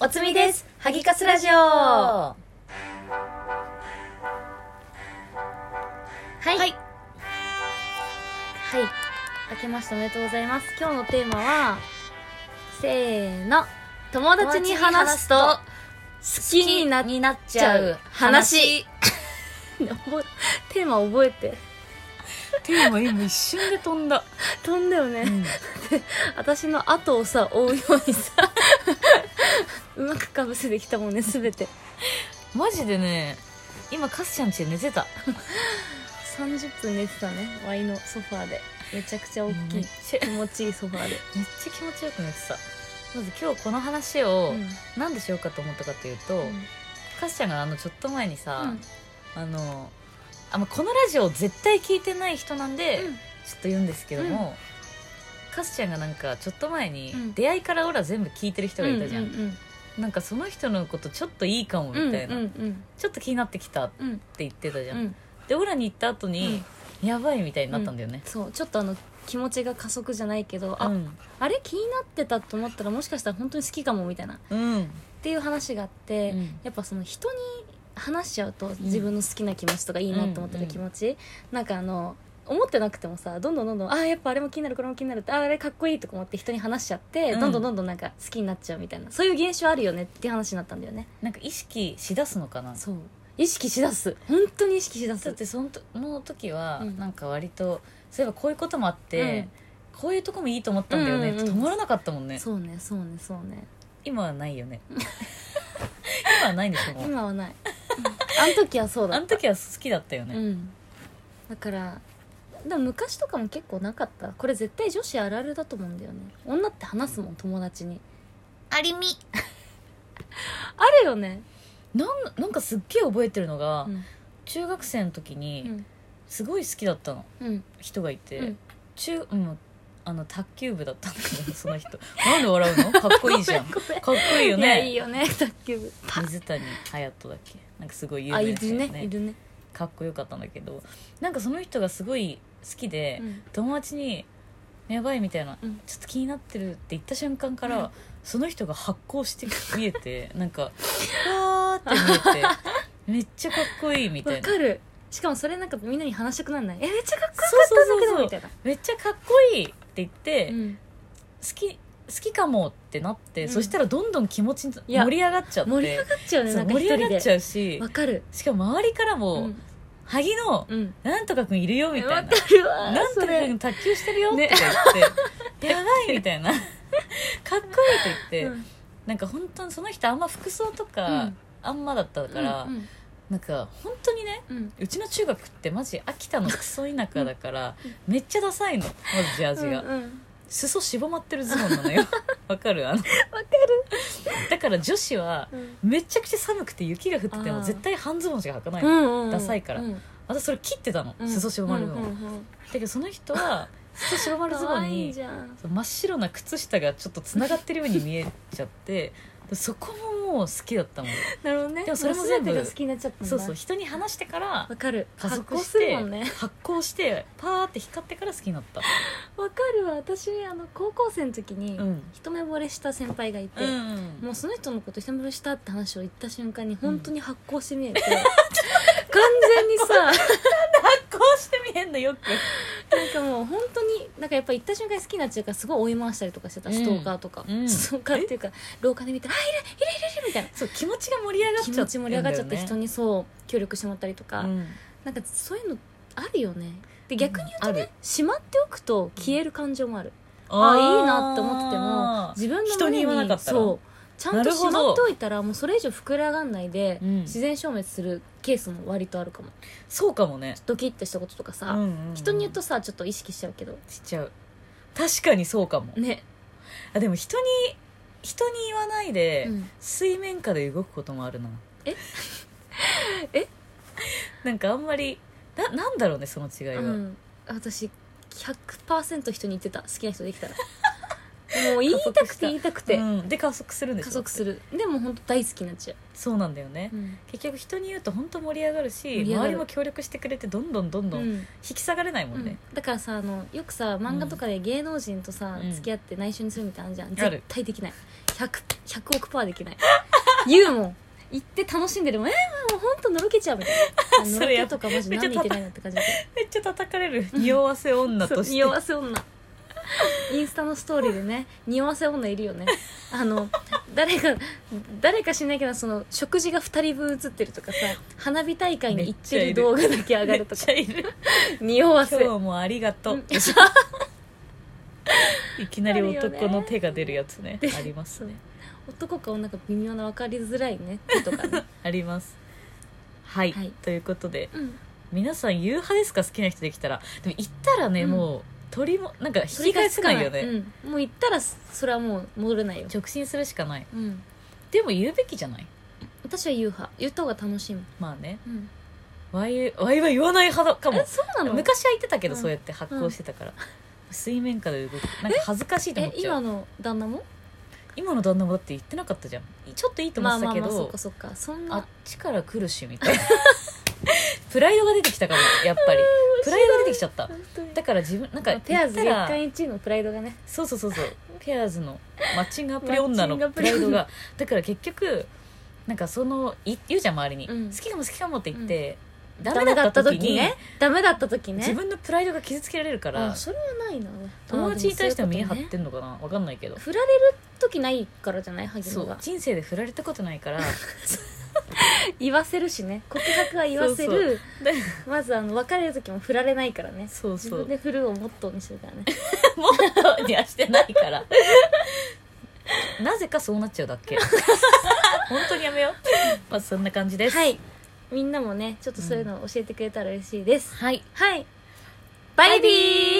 おつみです。ハギカスラジオ。は。はいい、ははいい、明けましておめでとうございます。今日のテーマは、せーの、友達に話すと好きになっになっちちゃゃうう話。話。覚えテーマ覚えて。テーマ今一瞬で飛んだ。飛んだよね。私の後をさ、追うようにさ、うまくかぶせてきたもんね、すべて。マジでね、今カスちゃんちで寝てた。 30分寝てたね、ワイのソファーで。めちゃくちゃ大きめいっ。ちゃ気持ちいいソファーで。めっちゃ気持ちよく寝てた。まず今日この話を何でしようかと思ったかというと、カスちゃんがあのちょっと前にうさん、あの、あまあこのラジオ絶対聞いてない人なんで、ちょっと言うんですけども、カスちゃんがなんかちょっと前にうん出会いからオラ全部聞いてる人がいたじゃん、うんうんなんかその人のことちょっといいかもみたいな、うんうんちょっと気になってきたってうんうん言ってたじゃん、うんでオラに行った後に、やばいみたいになったんだよね、そうちょっとあの気持ちが加速じゃないけど、うあんあれ気になってたと思ったらもしかしたら本当に好きかもみたいなっうんうんていう話があって、うんやっぱその人に話しちゃうと自分の好きな気持ちとかいいなと思ってる気持ち、なんかあの思ってなくてもさどんどんどんどんあーやっぱあれも気になるこれも気になるってあーあれかっこいいとか思って人に話しちゃって、うんどんどんどんどんなんか好きになっちゃうみたいなそういう現象あるよねっていう話になったんだよねなんか意識しだすのかなそう意識しだす本当に意識しだだすってそのとその時はうんなんか割とそういえばこういうこともあって、こういうとこもいいと思ったんだよね、うんうんうん止まらなかったもんねそうねそうねそうね今はないよね今はないんでしょもう今はない あの時はそうだあの時は好きだったよね、うんだからでも昔とかも結構なかったこれ絶対女子あるあるだと思うんだよね女って話すもん友達にありみあるよねなんなんかすっげえ覚えてるのが、うん中学生の時にすごい好きだったのうん人がいて、うん中、うん、あの卓球部だったんだけどその人なんで笑うのかっこいいじゃんかっ ごめんこいいよいやいねいよね 卓球部水谷隼人だっけなんかすごい有あ名いな人るよねいるねかっこよかったんだけどなんかその人がすごい好きで、うん友達に「やばい」みたいな、うんちょっと気になってる」って言った瞬間から、うんその人が発光して 見えてなんか「わー」って見えてめっちゃかっこいいみたわいなかるしかもそれなんかみんなに話したくなんないえめっちゃかっこよかそうそうったんだけそうどそうみたいなめっちゃかっこいいって言って、好うんき好きかもってなって、うんそしたらどんどん気持ちにいや盛り上がっちゃって盛り上がっちゃうねそなうんか盛一り人上がっちでゃうしわかるしかも周りからうも「ん萩のうんなんとかくんいるよ」みたわいなかるわなんとそかれ君卓球してるよ」とかね言って「やばい」みた いな「かっこいい」って言って、うんなんか本当にその人あんま服装とか、うんあんまだったから、うんなんか本当にねうんうんうちの中学ってマジ秋田のクソ田舎だから、めっちゃダサいのまずジャージが、うんうん裾しぼまってるズボンな のよわかるあのわかるだから女子はうんめちゃくちゃ寒くて雪が降っててあもー絶対半ズボンしか履かないの、うんうんダサいからうん私それ切ってたの、うん裾しぼまるの、うんうんだうんけどその人は裾しぼまるズボ可ン愛いにじゃんそう真っ白な靴下がちょっとつながってるように見えちゃってそこももう好きだったもんなるほどねでもそれも全部全てが好きになっちゃったんだそうそう人に話してからわかる加発速光しするてもんね発光してパーって光ってから好きになったわかるわ私あの高校生の時にうん一目惚れした先輩がいて、もうその人のこと一目惚れしたって話を言った瞬間に本当に発光して見 えて、完全にさなんこうして見えんのよくかもう本当になんかやっぱ言った瞬間に好きになっちゃうからすごい追い回したりとかしてたうんストーカーとか、うんストーカーっていうか廊下で見たら「あいるいるいるいる」みたいなそう気持ちが盛り上がっ気ちゃ持ってち盛り上がっちゃって人ににそう協力してもらったりとか、なんかそういうのあるよねで逆に言うとね、うんあるしまっておくと消える感情もある、ああいいなって思ってても自分の人に胸言わなかったらそうちゃんなとるしほどまっておいたらもうそれ以上膨らがんないで、うん自然消滅するケースも割とあるかもそうかもねドキッてしたこととかさ、うんうんうん人に言うとさちょっと意識しちゃうけどしちゃう確かにそうかもね、あでも人に人に言わないで、うん水面下で動くこともあるなええ なんかあんまりななんだろうねその違いは、うん私100%人に言ってた好きな人で きたらもう言いた加速くしてた言いたくて、うんで加速するんでし加ょ速するでも本当大好きになっちゃそうなんだよね、う、うん結局人に言うと本当盛り上がるし盛り上がる周りも協力してくれてどんどんどんどん引き下がれないもんね、だからさあのよくさ漫画とかで芸能人とさ、うん付き合って内緒にするみたいなのあるじゃん、ある絶対できない 100, 100億パーできない言うもん行って楽しんでるもんえー、もう本当のろけちゃうみたいな そのろれけやとかマジ何見てないのって感じだ けめっちゃ叩かれる匂わせ女どそとうして匂わせ女インスタのストーリーでね匂わせ女いるよねあの誰か誰か知んないけどその食事が2人分映ってるとかさ花火大会に行ってる動画だけ上がめっるとかちゃいる匂わせ 今日もありがとう、うんいきなり男の手が出るやつねありますね男か女か微妙な分かりづらいね手とかねありますはい、はいということで うん皆さん夕派ですか好きな人できたらでも行ったらね、うんもう取りもなんか引そき返せないよね、うん、もう行ったらそれはもう戻れないよ、直進するしかないうん、でも言うべきじゃない私は言う派言った方が楽しいもん、まあねうん、わいわいは言わない派だかもえそうなの昔は言ってたけど、うんそうやって発行してたから、水面下で動くなんか恥ずかしいと思えっちゃう今今の旦那もの旦那もだって言ってなかったじゃんちょっといいと思まっあてまたあけど、まあそっかそっかそんあなっちから来るしみたいなプライドが出てきたかもやっ ぱりプライドが出てきちゃった本当にだから自分なんかまあペアーズ言月ったら間1位のプライドがねそうそうそうそうペアーズのマッチングアプリ女のマッチングアププラリイ女ドがだから結局なんかそのい言うじゃん周りに、うん好きかも好きかもって言って、ダダメメだだっったた時時にねダメだった時ね自分のプライドが傷つけられるからあそれはないな友達に対しては見え張っあでもそういうことねてんのかなわかんないけど振られる時ないからじゃない萩そ野うが人生で振られたことない から言わせるしね告白は言わせるそうだまずあの別れる時も振られないからねそう自そう分で振るをモットーにしてるからねもっとにはしてない からなぜかそうなっちゃうだっけ本当にやめようまあそんな感じですはいみんなもねちょっとそういうのを教えてくれたら嬉しいです、はいはいバイビー